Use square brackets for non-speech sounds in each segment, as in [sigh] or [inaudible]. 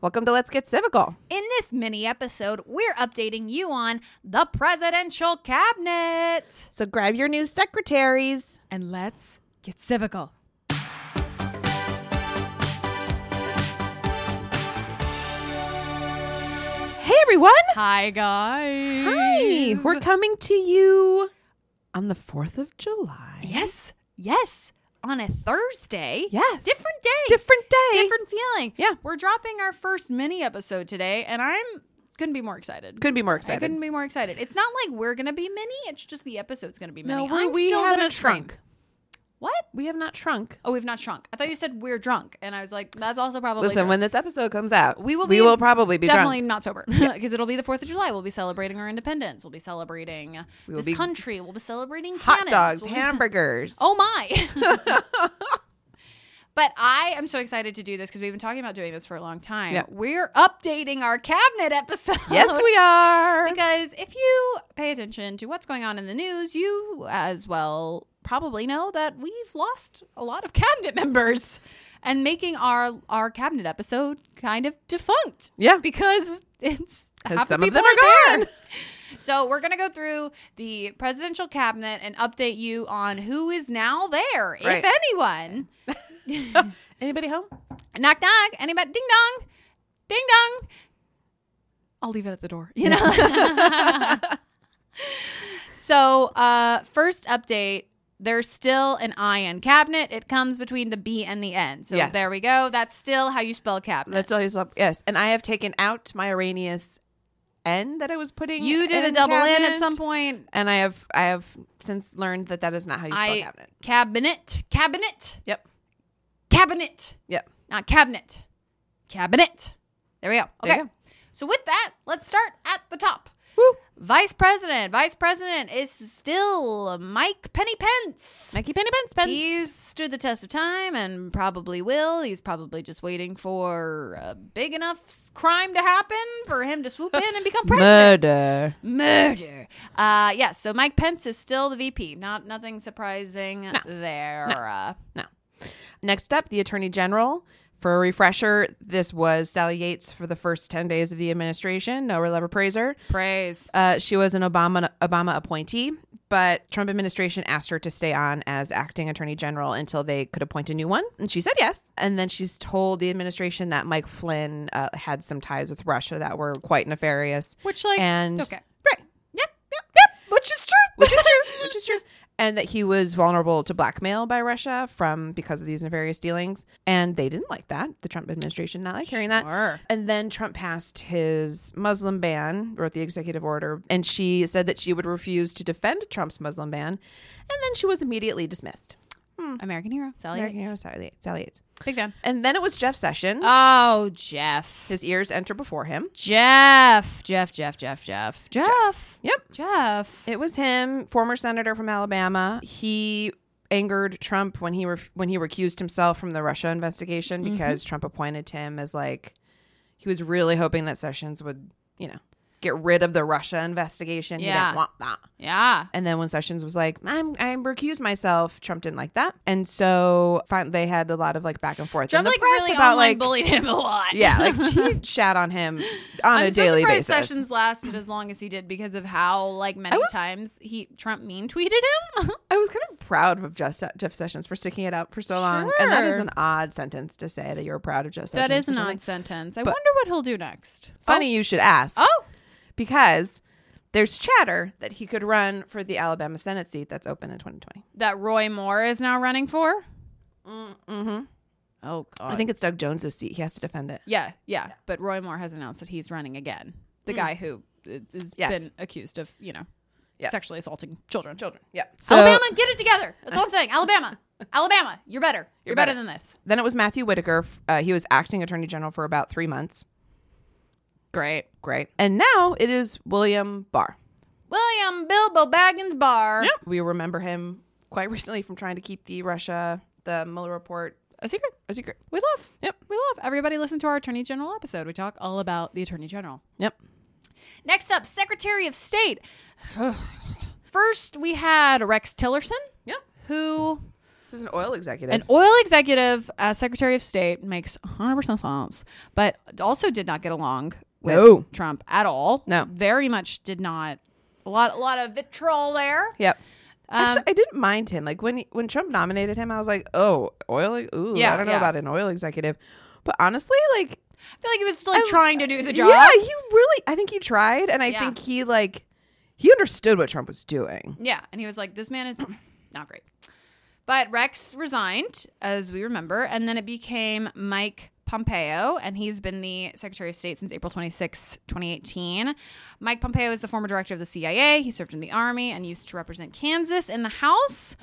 Welcome to Let's Get Civical. In this mini episode, we're updating you on the presidential cabinet. So grab your new secretaries. And let's get civical. Hey, everyone. Hi, guys. Hi. We're coming to you on the 4th of July. Yes, yes. On a Thursday. Yes. Different day. Different day. Different feeling. Yeah. We're dropping our first mini episode today, and I'm couldn't be more excited. Couldn't be more I excited. couldn't be more excited. It's not like we're gonna be mini. It's just the episode's gonna be mini. no, we, I'm we still haven't gonna scream. shrunk. What? We have not shrunk. Oh, we've not shrunk. I thought you said we're drunk, and I was like, that's also probably Listen, drunk. when this episode comes out, We will we be will probably be definitely drunk. not sober [laughs] because it'll be the Fourth of July. We'll be celebrating our independence. We'll be celebrating We will this be- country. We'll be celebrating Hot cannons. dogs, We'll be- hamburgers. oh my! [laughs] [laughs] but I am so excited to do this because we've been talking about doing this for a long time. Yeah. We're updating our cabinet episode. [laughs] yes, we are. Because if you pay attention to what's going on in the news, you as well probably know that we've lost a lot of cabinet [laughs] members and making our our cabinet episode kind of defunct. Yeah. [laughs] Because it's Because half the some of people them are gone. So we're going to go through the presidential cabinet and update you on who is now there, Right. if anyone. Anybody home? Knock knock, anybody ding dong. Ding dong. I'll leave it at the door, you know. [laughs] So, uh, first update. There's still an I in cabinet. It comes between the B and the N. So Yes. there we go. That's still how you spell cabinet. That's all you saw. Yes. And I have taken out my Arrhenius N that I was putting you did a in double N cabinet. at some point. And I have I have since learned that that is not how you spell I cabinet. cabinet, cabinet, Yep. cabinet, Yep. not cabinet, cabinet. There we go. There Okay. you go. So with that, let's start at the top. Woo. Vice president. Vice president is still Mike Penny Pence. Mikey Penny Pence Pence. He's stood the test of time and probably will. He's probably just waiting for a big enough s- crime to happen for him to swoop in [laughs] and become president. Murder. Murder. Uh, yes. so Mike Pence is still the VP. Not nothing surprising there. Uh, No. Next up, the Attorney General. For a refresher, this was Sally Yates for the first 10 days of the administration. No real ever praise her. praise. Uh, she was an Obama Obama appointee, but Trump administration asked her to stay on as acting attorney general until they could appoint a new one, and she said yes. And then she's told the administration that Mike Flynn uh, had some ties with Russia that were quite nefarious, Which, like, and okay. right, Yep. Yep. Yep. which is true, which is [laughs] true, which is true, and that he was vulnerable to blackmail by Russia from because of these nefarious dealings, and they didn't like that. The Trump administration not like hearing that. Sure. And then Trump passed his Muslim ban, wrote the executive order, and she said that she would refuse to defend Trump's Muslim ban, and then she was immediately dismissed. Hmm. American hero. Sally American Yates. hero Sally, Sally Yates. Big fan. And then it was Jeff Sessions. Oh, Jeff. his ears enter before him. Jeff. Jeff. Jeff. Jeff. Jeff. Jeff. Yep. Jeff. It was him, former senator from Alabama. He angered Trump when he ref- when he recused himself from the Russia investigation Mm-hmm. because Trump appointed him as like he was really hoping that Sessions would, you know, get rid of the Russia investigation. You Yeah. don't want that. Yeah. And then when Sessions was like, I'm I'm recused myself, Trump didn't like that. And so fin- they had a lot of like back and forth. Trump in the like press really about online like bullied him a lot. Yeah, [laughs] like she shat on him on I'm a so daily surprised basis. Sessions lasted as long as he did because of how like many was- times he Trump mean tweeted him. [laughs] I was kind of proud of Jeff, Jeff Sessions for sticking it out for so long. And that is Sure. an odd sentence to say that you're proud of Jeff Sessions. that is for an something. odd sentence. I But- wonder what he'll do next. Funny you should ask. Oh, Because there's chatter that he could run for the Alabama Senate seat that's open in 2020. that Roy Moore is now running for. Mm-hmm. Oh God. I think it's Doug Jones's seat. He has to defend it. Yeah, yeah, But Roy Moore has announced that he's running again. The guy who uh, has Yes. been accused of, you know, Yes. sexually assaulting children. Children. Yeah. Alabama, get it together. That's all I'm saying. [laughs] Alabama, Alabama, you're better. You're, better. better. than this. Then it was Matthew Whitaker. Uh, he was acting attorney general for about three months. Great. Great. And now it is William Barr. William Bilbo Baggins Barr. We remember him quite [laughs] recently from trying to keep the Russia, the Mueller report, A secret. a secret. We love. Yep. We love. Everybody listen to our Attorney General episode. We talk all about the Attorney General. Yep. Next up, Secretary of State. [sighs] First, we had Rex Tillerson, Yep. who Who's an oil executive. An oil executive, uh, Secretary of State, makes 100% sense, but also did not get along with No. Trump at all. No. Very much did not. A lot, a lot of vitriol there. yep. Um, Actually, I didn't mind him. Like when when Trump nominated him, I was like, "Oh, oil. Ooh, Yeah, I don't know yeah. about an oil executive." But honestly, like, I feel like he was like trying to do the job. yeah, he really. I think he tried, and I Yeah. think he like he understood what Trump was doing. Yeah, and he was like, "This man is [clears throat] not great." But Rex resigned, as we remember, and then it became Mike Pompeo, and he's been the Secretary of State since April 26, 2018. Mike Pompeo is the former director of the CIA. He served in the Army and used to represent Kansas in the House.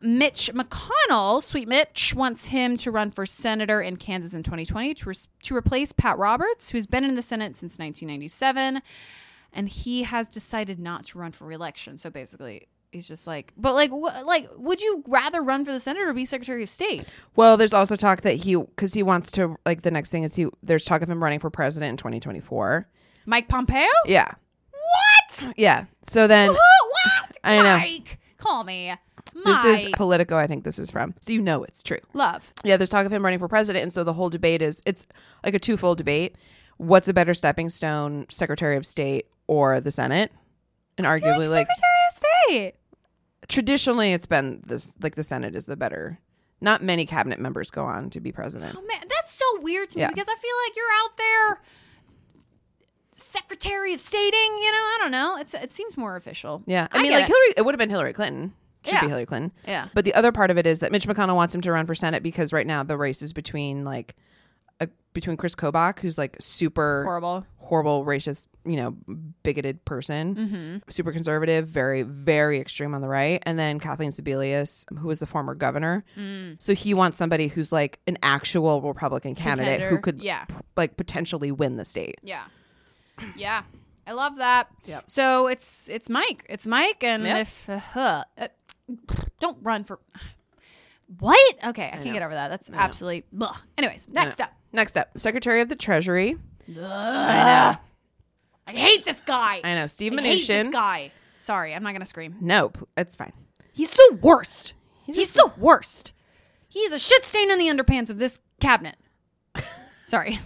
Mitch McConnell, sweet Mitch, wants him to run for senator in Kansas in 2020 to, res- to replace Pat Roberts, who's been in the Senate since 1997 and he has decided not to run for reelection. So basically, he's just like, but like, wh- like, would you rather run for the senate or be secretary of state? Well, there's also talk that he because he wants to like the next thing is he there's talk of him running for president in 2024. Mike Pompeo? Yeah, What? yeah. So then Who? What? I know. Mike, call me. Mike, this is Politico. I think this is from. So you know it's true. love. Yeah, there's talk of him running for president, and so the whole debate is it's like a twofold debate. What's a better stepping stone, Secretary of State or the Senate? And arguably, like Secretary of State. traditionally, it's been this like the Senate is the better. Not many cabinet members go on to be president. Oh man, that's so weird to me Yeah. because I feel like you're out there. Secretary of Stating, you know, I don't know. It's it seems more official. Yeah, I, I mean, get like it. Hillary, it would have been Hillary Clinton. Should Yeah. be Hillary Clinton. Yeah. But the other part of it is that Mitch McConnell wants him to run for Senate because right now the race is between like a, between Chris Kobach, who's like super Horrible. horrible, racist, you know, bigoted person, Mm-hmm. super conservative, very, very extreme on the right. And then Kathleen Sebelius, who was the former governor. Mm. So he wants somebody who's like an actual Republican candidate Contender. who could Yeah. p- like potentially win the state. Yeah. Yeah. I love that. Yep. So it's it's Mike. It's Mike and Yep. if uh, huh, uh, don't run for what? Okay, I, can't get over that. That's absolutely blah. Anyways, next up. Uh, Next up, Secretary of the Treasury. I hate this guy. I know, Steve I hate this Mnuchin. guy. Sorry, I'm not gonna scream. Nope, it's fine. He's the worst. He's the worst. He is a shit stain in the underpants of this [laughs] cabinet. Sorry.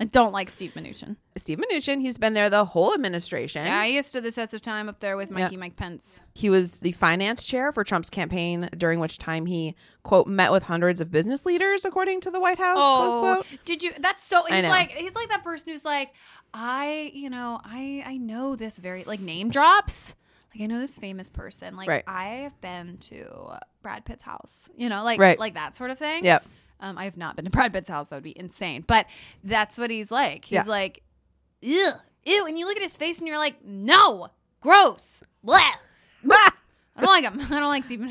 I don't like Steve Mnuchin. Steve Mnuchin, he's been there the whole administration. Yeah, he stood the test of time up there with Mikey Mike Pence. He was the finance chair for Trump's campaign, during which time he, quote, met with hundreds of business leaders, according to the White House, [laughs] close quote. Oh, Did you? That's so. He's know. like he's like that person who's like, I, you know, I I know this very like name drops. Like I know this famous person. Like Right. I have been to Brad Pitt's house. You know, like Right. like that sort of thing. Yep. Um, I have not been to [laughs] Brad Pitt's house. That would be insane. But that's what he's like. He's Yeah. like, ew, ew. And you look at his face and you're like, no, gross. [laughs] Bleh. I don't like him. I don't like Stephen.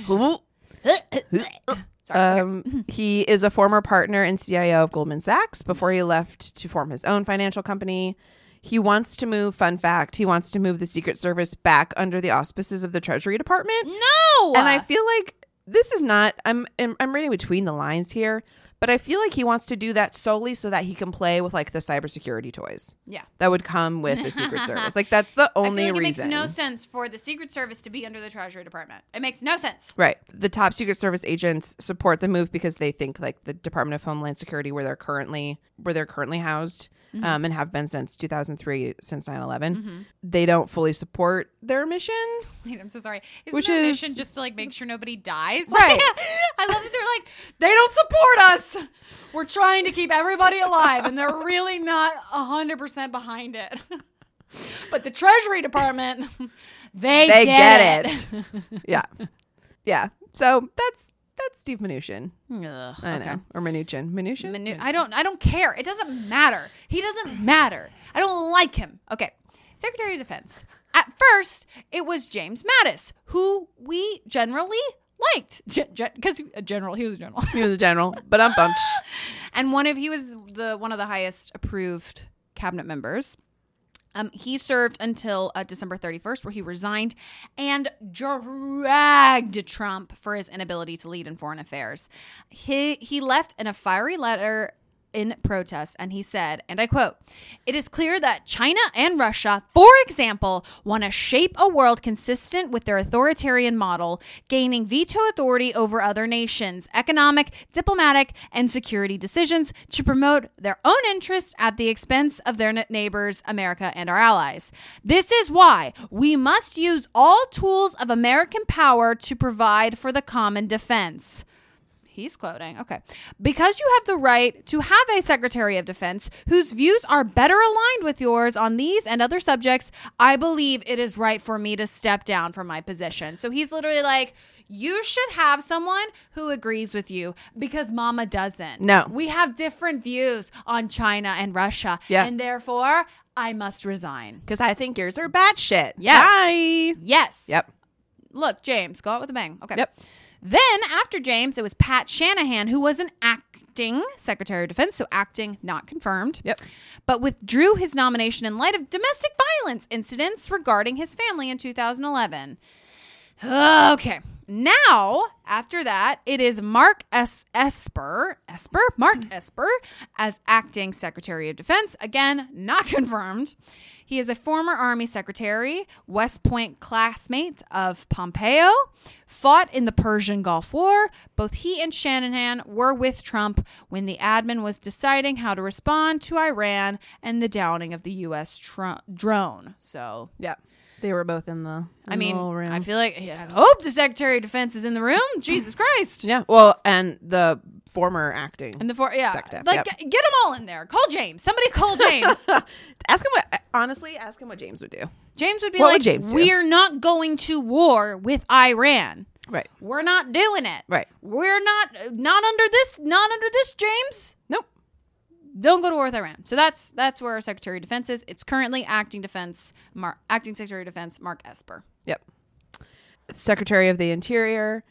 Sorry. okay. Um, he is a former partner and CIO of Goldman Sachs before he left to form his own financial company. He wants to move, fun fact, he wants to move the Secret Service back under the auspices of the Treasury Department. No. And I feel like this is not I'm I'm I'm reading between the lines here, But I feel like he wants to do that solely so that he can play with like the cybersecurity toys Yeah. that would come with the [laughs] Secret Service. Like that's the only I feel like reason. it makes no sense for the Secret Service to be under the Treasury Department. It makes no sense. [laughs] Right. The top Secret Service agents support the move because they think like the Department of Homeland Security where they're currently where they're currently housed Mm-hmm. um, and have been since 2003 since 9/11. They don't fully support their mission. Wait, I'm so sorry. Which Isn't Which their is- mission just to like make sure nobody dies? [laughs] Right. I love that they're like, they don't support us. We're trying to keep everybody alive, and they're really not hundred percent behind it. [laughs] but the Treasury Department, [laughs] they They get, get, it. [laughs] yeah. Yeah. So that's that's Steve Mnuchin. [laughs] I know. Or Mnuchin. Mnuchin? Manu- I don't. I don't care. It doesn't matter. He doesn't matter. I don't like him. Okay, Secretary of Defense. At first, it was James Mattis, who we generally liked, because general, he was a general, [laughs] he was a general, but I'm bumped. and one of he was the one of the highest approved cabinet members. Um, he served until uh, December 31st, where he resigned and dragged Trump for his inability to lead in foreign affairs. He, he left in a fiery letter in protest, and he said, and I quote, It is clear that China and Russia, for example, want to shape a world consistent with their authoritarian model, gaining veto authority over other nations' economic, diplomatic, and security decisions to promote their own interests at the expense of their n- neighbors, America, and our allies. This is why we must use all tools of American power to provide for the common defense. He's quoting. Okay. Because you have the right to have a Secretary of Defense whose views are better aligned with yours on these and other subjects, I believe it is right for me to step down from my position. So he's literally like, you should have someone who agrees with you because mama doesn't. No. We have different views on China and Russia. Yeah. And therefore, I must resign. Because I think yours are bad shit. Yes. Bye. Yes. Yep. Look, James, go out with a bang. Okay. Yep. Then after James, it was Pat Shanahan, who was an acting Secretary of Defense, so acting not confirmed. Yep. But withdrew his nomination in light of domestic violence incidents regarding his family in 2011. Okay. Now, after that, it is Mark S. Esper, Esper, Mark Esper, as acting Secretary of Defense. Again, not [laughs] confirmed. He is a former Army secretary, West Point classmate of Pompeo, fought in the Persian Gulf War. Both he and Shanahan were with Trump when the admin was deciding how to respond to Iran and the downing of the U.S. Tr- drone. So Yep. They were both in the. in I the mean, little room. I feel like I hope the Secretary of Defense is in [laughs] the room. Jesus Christ! Yeah. Well, and the former acting. [laughs] And the four, yeah, Secretary, yep. like get, get them all in there. Call James. Somebody [laughs] call James. ask him what. Honestly, ask him what James would do. James would be What would like, James do? "We're not going to war with Iran. Right. We're not doing it. Right. We're not not under this. Not under this, James. Nope. Don't go to war with Iran." So that's that's where our Secretary of Defense is. It's currently acting defense, Mar- acting Secretary of Defense, Mark Esper. Yep. Secretary of the Interior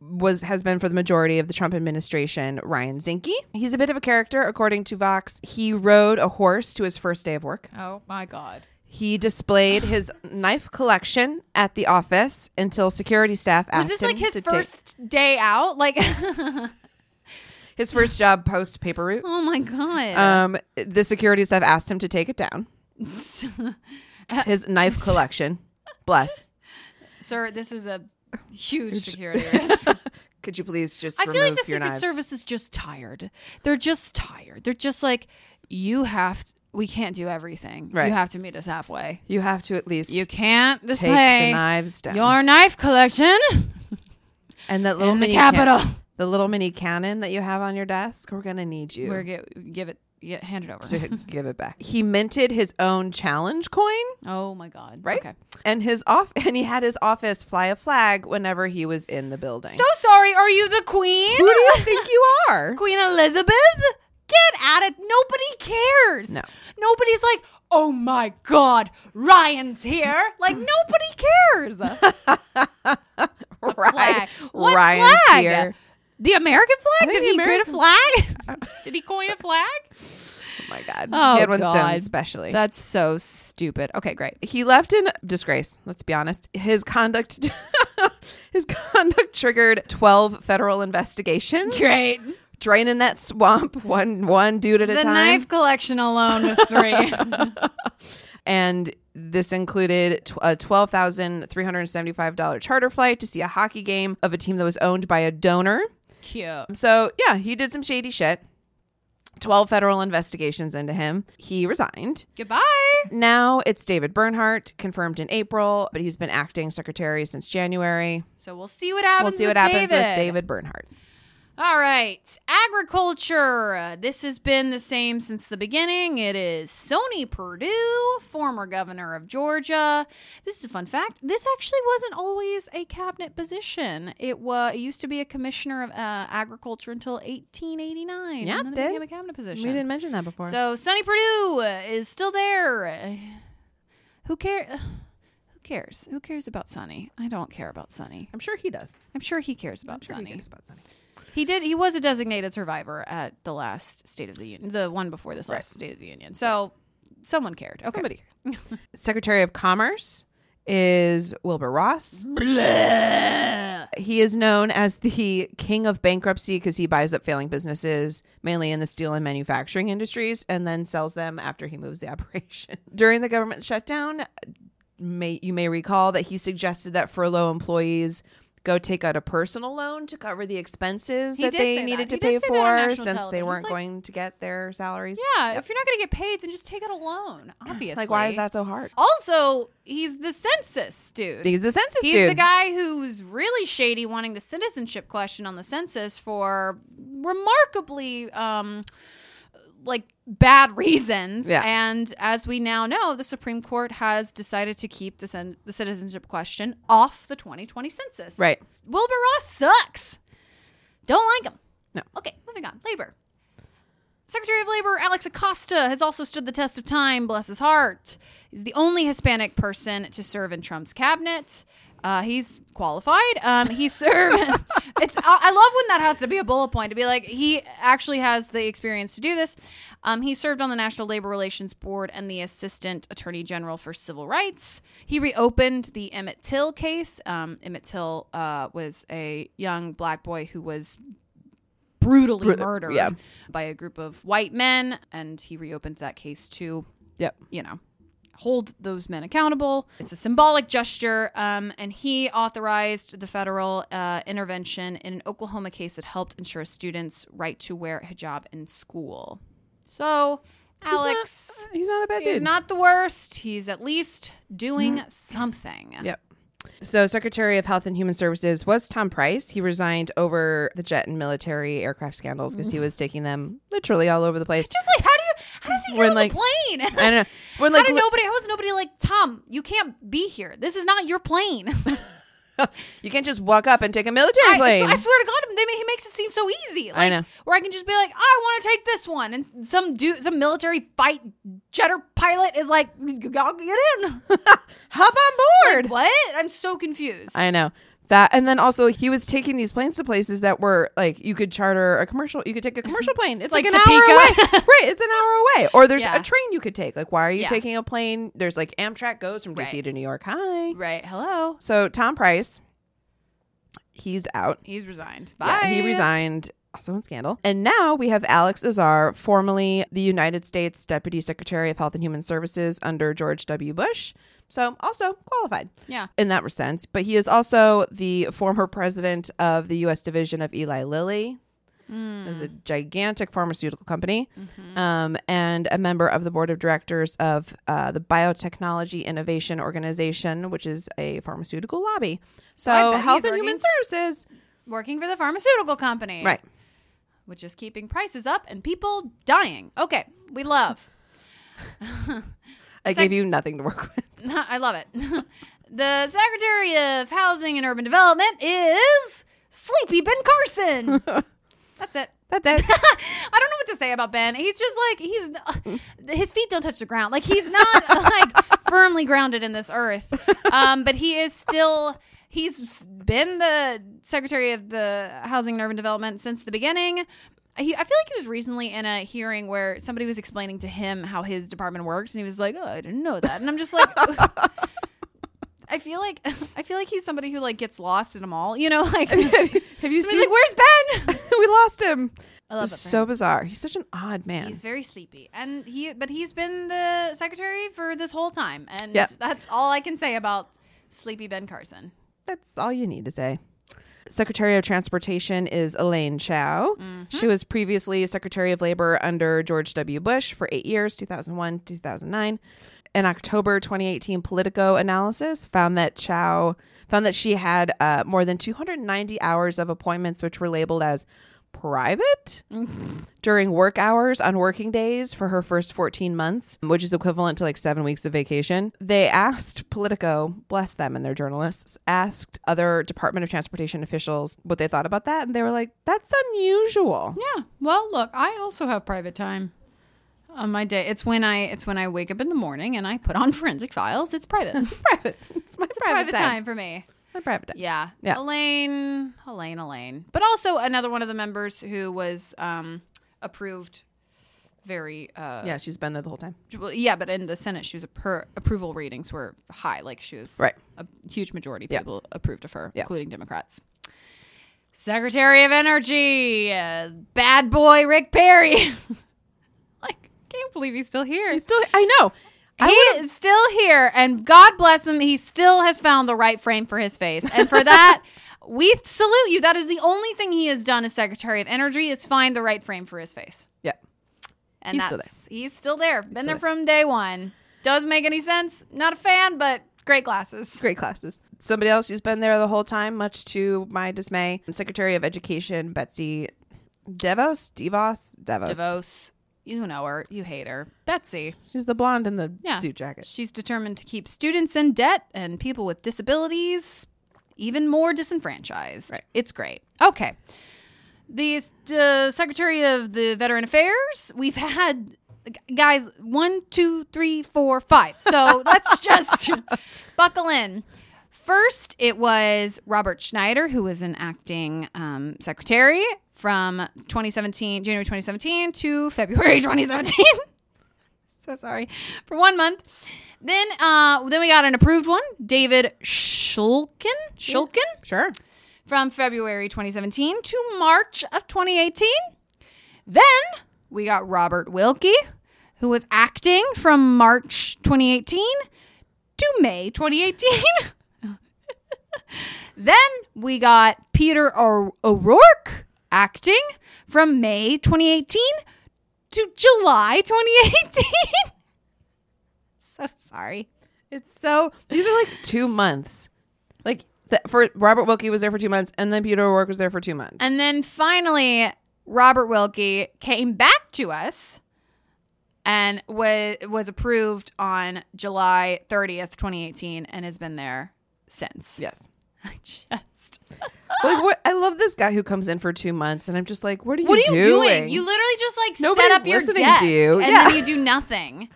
was has been for the majority of the Trump administration Ryan Zinke. He's a bit of a character, according to Vox. He rode a horse to his first day of work. Oh my God. He displayed his knife collection at the office until security staff asked Was this him like his to take first day out? Like, [laughs] his first job post paper route. oh my god! Um, the security staff asked him to take it [laughs] down. His knife collection, [laughs] bless. Sir, this is a [laughs] huge security risk. Could you please just? I feel like remove the your Secret knives? Service is just tired. They're just tired. They're just like, you have. To, we can't do everything. Right. You have to meet us halfway. You have to at least You can't take display the knives down. your knife collection. and that little in the mini can- Capitol. the little mini cannon that you have on your desk. We're gonna need you We're get, give it, get handed over. [laughs] to give it back. He minted his own challenge coin, oh my god! right? Okay. And his off, [laughs] and he had his office fly a flag whenever he was in the building. So sorry. Are you the queen? who do you think you [laughs] are? Queen Elizabeth? Get at it. Nobody cares. No. Nobody's like, oh my God, Ryan's here. [laughs] Like, nobody [laughs] cares. Flag. Right, What Ryan's flag? here. The American I flag? think Did he the create a flag? [laughs] Did he coin a flag? Oh my god, Oh, Edwin Stone God. especially. That's so stupid. Okay, great. he left in disgrace let's be honest his conduct [laughs] his conduct triggered 12 federal investigations Great. draining that swamp [laughs] one one dude at a the time. knife collection alone was three. and this included tw- a $12,375 charter flight to see a hockey game of a team that was owned by a donor. [laughs] Cute. So, yeah, he did some shady shit. 12 federal investigations into him. He resigned. Goodbye. Now it's David Bernhardt, confirmed in April, but he's been acting secretary since January. So we'll see what happens. We'll see what with happens David. with David Bernhardt. All right, agriculture. Uh, This has been the same since the beginning. It is Sony Perdue, former governor of Georgia. This is a fun fact. This actually wasn't always a cabinet position. It was it used to be a commissioner of uh, agriculture until 1889. Yeah, and then it babe. became a cabinet position. mention that before. So Sonny Perdue uh, is still there. Who care? [sighs] Who cares? Who cares about Sonny? I don't care about Sonny. I'm sure he does. I'm sure he cares about Sure he Sonny. cares about Sonny. He did. He was a designated survivor at the last State of the Union, the one before this last State of the Union. So someone cared. Okay. Somebody. Secretary of Commerce is Wilbur Ross. He is known as the king of bankruptcy because he buys up failing businesses, mainly in the steel and manufacturing industries, and then sells them after he moves the [laughs] operation. During the government shutdown, may you may recall that he suggested that furlough employees go take out a personal loan to cover the expenses He that did say they that. needed to He did pay say that on for national since they television. weren't It's like- going to get their salaries. Yeah. If you're not going to get paid, then just take out a loan. Obviously. [sighs] Like why is that so hard? Also, he's the census dude. He's the census He's dude. the guy who's really shady, wanting the citizenship question on the census for remarkably, um, like bad [laughs] reasons. Yeah. And as we now know, the Supreme Court has decided to keep the, cen- the citizenship question off the 2020 census. Right. Wilbur Ross sucks. Don't like him. No. Okay, moving on. Labor. Secretary of Labor Alex Acosta has also stood the test of time, bless his heart. He's the only Hispanic person to serve in Trump's cabinet. Uh, he's qualified. Um, he served. [laughs] it's. I I love when that has to be a bullet point to be like he actually has the experience to do this. Um, he served on the National Labor Relations Board and the Assistant Attorney General for Civil Rights. He reopened the Emmett Till case. Um, Emmett Till uh, was a young black boy who was brutally Brutal, murdered yeah. by a group of white men, and he reopened that case to, Yep. you know, hold those men accountable. It's a symbolic gesture, um, and he authorized the federal uh, intervention in an Oklahoma case that helped ensure students' right to wear hijab in school. So, Alex, He's not a bad he's dude. not the worst. He's at least Mm-hmm. doing something. Yep. So, Secretary of Health and Human Services was Tom Price. He resigned over the jet and military aircraft scandals because he was taking them literally all over the place. Mm. Just like how do you how does he get When, on like- the plane? [laughs] I don't know. We're like, how did nobody? How was nobody like Tom? You can't be here. This is not your plane. [laughs] you can't just walk up and take a military I, so plane. I swear to God, they, ma- he makes it seem so easy. Like, I know. Where I can just be like, "Oh, I want to take this one, and some dude, some military fight jetter pilot is like, y'all get in. [laughs] Hop on board. what? I'm so confused. I know that. And then also, he was taking these planes to places that were like you could charter a commercial. You could [laughs] take a commercial plane. It's like, Like an Topeka. hour away. [laughs] right, it's an hour away. Or there's Yeah. a train you could take. Like, why are you Yeah. taking a plane? There's like Amtrak goes from DC Right. to New York. Hi. right. Hello. So Tom Price, he's out. He's resigned. Bye. Yeah, he resigned. Also in scandal. And now we have Alex Azar, formerly the United States Deputy Secretary of Health and Human Services under George W. Bush. So also qualified Yeah. in that sense. But he is also the former president of the U.S. division of Eli Lilly. Hmm. It was a gigantic pharmaceutical company Mm-hmm. um, and a member of the board of directors of uh, the Biotechnology Innovation Organization, which is a pharmaceutical lobby. I So, bet Health he's and Human working- Services. Working for the pharmaceutical company. Right. Which is keeping prices up and people dying. Okay. We love. I gave you nothing to work with. [laughs] I love it. the Secretary of Housing and Urban Development is Sleepy Ben Carson. That's it. That's it. [laughs] I don't know what to say about Ben. He's just like he's uh, his feet don't touch the ground. Like he's not [laughs] like firmly grounded in this earth. Um, but he is still he's been the secretary of the housing and urban development since the beginning. He, I feel like he was recently in a hearing where somebody was explaining to him how his department works, and he was like, "Oh, I didn't know that." And I'm just like, [laughs] I feel like [laughs] I feel like he's somebody who like gets lost in them all. You know, [laughs] like somebody's Have [laughs] you seen? like, "Where's Ben?" [laughs] we lost him. I It love was that for so bizarre. He's such an odd man. He's very sleepy, and he but he's been the secretary for this whole time, and Yep. that's all I can say about sleepy Ben Carson. That's all you need to say. Secretary of Transportation is Elaine Chao. She was previously Secretary of Labor under George W. Bush for eight years, 2001 2009. An October 2018 Politico analysis found that Chao found that she had uh, more than 290 hours of appointments, which were labeled as private during work hours on working days for her first 14 months, which is equivalent to like seven weeks of vacation. They asked Politico, bless them and their journalists, asked other Department of Transportation officials what they thought about that. And they were like, that's unusual. Yeah. Well, look, I also have private time on my day. It's when I it's when I wake up in the morning and I put on [laughs] forensic files. It's [laughs] private. [laughs] Private. It's my private, private time for me. My private time. Yeah. Yeah. Elaine, Elaine, Elaine. But also another one of the members who was um, approved very uh Yeah, she's been there the whole time. well, yeah, but in the Senate she was a per- approval ratings were high like she was Right. a huge majority of Yeah. people approved of her, Yeah. including Democrats. Secretary of Energy, uh, bad boy Rick Perry. [laughs] like, can't believe he's still here. Still, I know. I he is still here, and God bless him. He still has found the right frame for his face, and for that, [laughs] we salute you. That is the only thing he has done as Secretary of Energy is find the right frame for his face, Yeah. and He's still that's he's still there. Been there still from day one. Does make any sense? Not a fan, but great glasses. Great classes. Somebody else who's been there the whole time, much to my dismay, Secretary of Education Betsy Devos, Devos, Devos. DeVos. You know her. You hate her. Betsy. She's the blonde in the Yeah. suit jacket. She's determined to keep students in debt and people with disabilities even more disenfranchised. Right. It's great. Okay. The uh, Secretary of the Veteran Affairs, we've had g- guys one, two, three, four, five. [laughs] So let's just buckle in. First, it was Robert Schneider, who was an acting um, secretary from 2017, January 2017 to February [laughs] 2017 [laughs] so sorry for one month. Then, uh, then we got an approved one, David Shulkin, Shulkin Sure. from February 2017 to March of 2018. Then we got Robert Wilkie, who was acting from March 2018 to May 2018. [laughs] then we got Peter o- O'Rourke acting from May 2018 to July 2018. [laughs] so sorry. It's so these [laughs] are like two months. Like the, for Robert Wilkie was there for two months, and then Peter O'Rourke was there for two months. And then finally, Robert Wilkie came back to us and was was approved on July 30th, 2018, and has been there since. yes, I [laughs] just [gasps] like what I love this guy who comes in for two months, and I'm just like, what are you? What are you doing? doing? You literally just like Nobody's set up your listening to desk you. and Yeah. then you do nothing.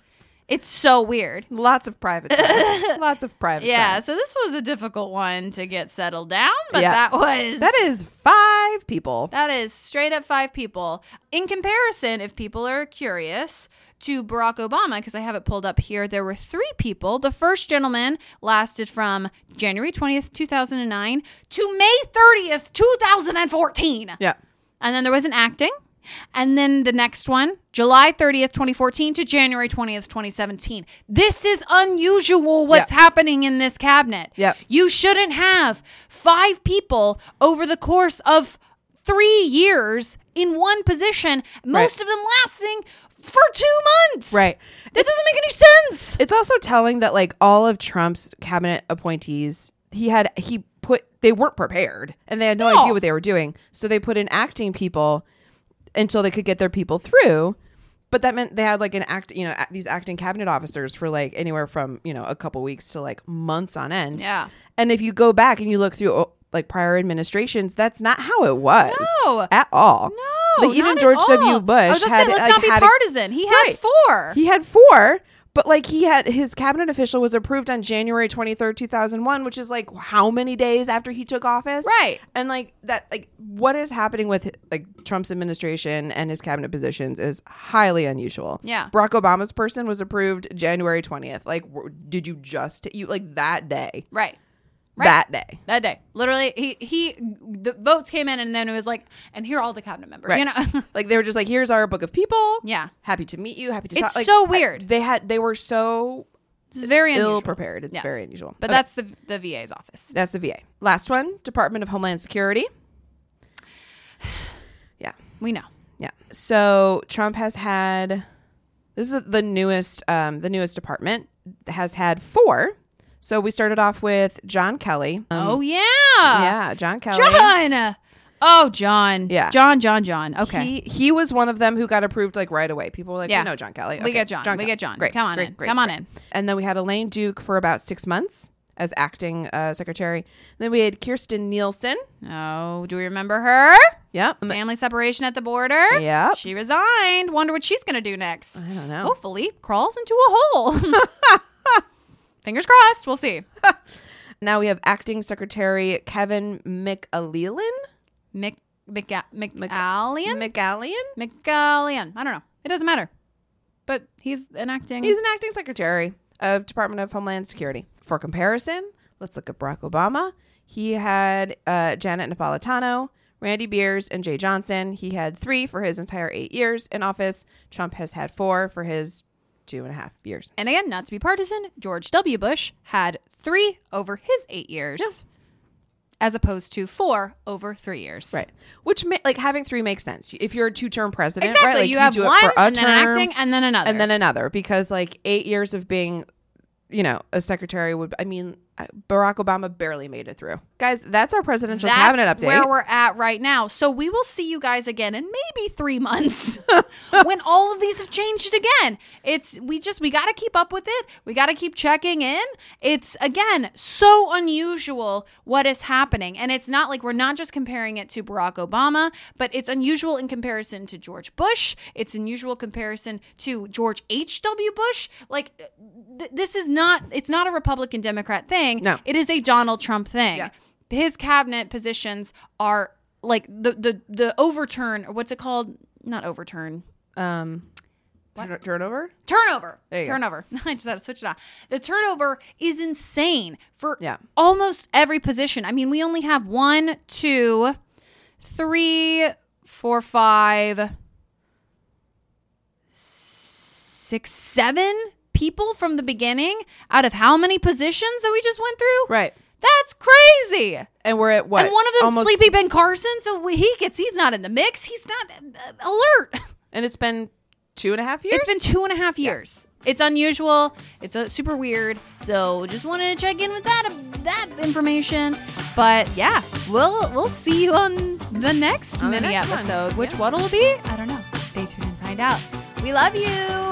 It's so weird. lots of private [laughs] time. lots of private Yeah, time. so this was a difficult one to get settled down, but Yeah. that was That is five people. That is straight up five people. In comparison, if people are curious to Barack Obama, because I have it pulled up here, there were three people. The first gentleman lasted from January 20th, 2009 to May 30th, 2014. yeah. And then there was an acting. And then the next one, July 30th, 2014 to January 20th, 2017. This is unusual what's Yep. happening in this cabinet. Yep. You shouldn't have five people over the course of three years in one position, most Right. of them lasting for two months. Right. That doesn't make any sense. It's also telling that like all of Trump's cabinet appointees, he had he put they weren't prepared and they had no, No. idea what they were doing. So they put in acting people until they could get their people through. But that meant they had like an act, you know, act- these acting cabinet officers for like anywhere from you know a couple weeks to like months on end. Yeah. And if you go back and you look through oh, like prior administrations, that's not how it was No. at all. No, like even Oh, not at George W. all. Bush I was gonna had say, let's like, not be had a- partisan. He had Right. four. he had four, But like he had his cabinet official was approved on January 23rd, 2001, which is like how many days after he took office? Right. And like that like what is happening with like Trump's administration and his cabinet positions is highly unusual. Yeah. Barack Obama's person was approved January 20th. Like w- did you just you like that day? Right. That day. That day. Literally he he the votes came in and then it was like and here are all the cabinet members. You know? [laughs] like they were just like here's our book of people. Yeah. Happy to meet you. Happy to It's talk. Like, so weird. They had they were so this is very unusual. ill prepared. It's Yes. very unusual. But Okay. that's the the VA's office. That's the VA. Last one, Department of Homeland Security. [sighs] Yeah. We know. Yeah. So Trump has had this is the newest um, the newest department has had four. So we started off with John Kelly. Um, oh yeah. yeah, John Kelly. John. Oh, John. Yeah. John, John, John. Okay. He he was one of them who got approved like right away. People were like, Yeah. "We know John Kelly. We get John. We get John. Great. Come on Great. in. Great. Come on Great. in. And then we had Elaine Duke for about six months as acting uh, secretary. then we had Kirsten Nielsen. Oh, do we remember her? Yep. Family separation at the border. Um, Yep. She resigned. Wonder what she's going to do next. I don't know. Hopefully, crawls into a hole. [laughs] Fingers crossed. We'll see. Now we have acting secretary Kevin McAlealan. Mick Mc, McAllian? McAlealan? McAllian. I don't know. It doesn't matter. But he's an acting. He's an acting secretary of Department of Homeland Security. For comparison, let's look at Barack Obama. He had uh, Janet Napolitano, Randy Beers, and Jay Johnson. He had three for his entire eight years in office. Trump has had four for his two and a half years. and again, not to be partisan, George W. Bush had three over his eight years, as opposed to four over three years. Right, which ma- like having three makes sense if you're a two-term president. Exactly. right? Like, you, have do it one, for a and then term. acting, and then another. and then another because like eight years of being you know a secretary would i mean I- barack obama barely made it through guys that's our presidential cabinet update where we're at right now. So we will see you guys again in maybe three months [laughs] when all of these have changed again. It's we just we got to keep up with it. We got to keep checking in. It's again so unusual what is happening, and it's not like we're not just comparing it to Barack Obama, but it's unusual in comparison to George Bush. It's unusual comparison to George H. W. Bush. Like th- this is not it's not a Republican Democrat thing. No. it is a Donald Trump thing Yeah. his cabinet positions are like the the the overturn or what's it called not overturn um turn- turnover turnover There you go. turnover [laughs] i just had to switch it on the turnover is insane for Yeah. almost every position i mean we only have one two three four five six seven people from the beginning out of how many positions that we just went through right that's crazy and we're at what and one of them, Almost- Sleepy Ben Carson. So we- he gets, he's not in the mix. He's not uh, alert. and it's been two and a half years It's been two and a half years. It's unusual. It's uh, super weird. So just wanted to check in with that uh, that information. But yeah, we'll we'll see you on the next On the mini next one. episode. Which one will be? I don't know. Stay tuned and find out. We love you.